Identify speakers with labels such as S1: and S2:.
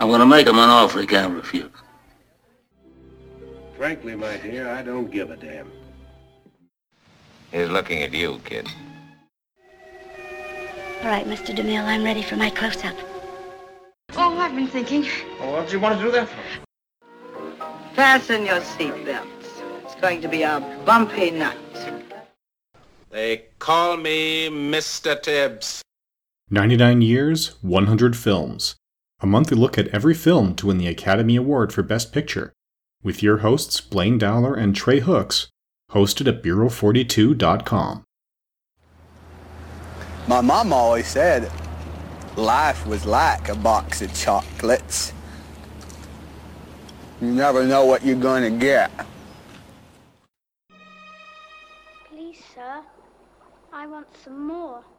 S1: I'm going to make him an offer he can't refuse.
S2: Frankly, my dear, I don't give a damn.
S3: He's looking at you, kid.
S4: All right, Mr. DeMille, I'm ready for my close-up.
S5: Oh, I've been thinking.
S6: Well, what do you want to do that for?
S5: Fasten your seatbelts. It's going to be a bumpy night.
S7: They call me Mr. Tibbs.
S8: 99 years, 100 films. A monthly look at every film to win the Academy Award for Best Picture. With your hosts Blaine Dowler and Trey Hooks, hosted at Bureau42.com.
S9: My mom always said life was like a box of chocolates. You never know what you're going to get.
S10: Please, sir, I want some more.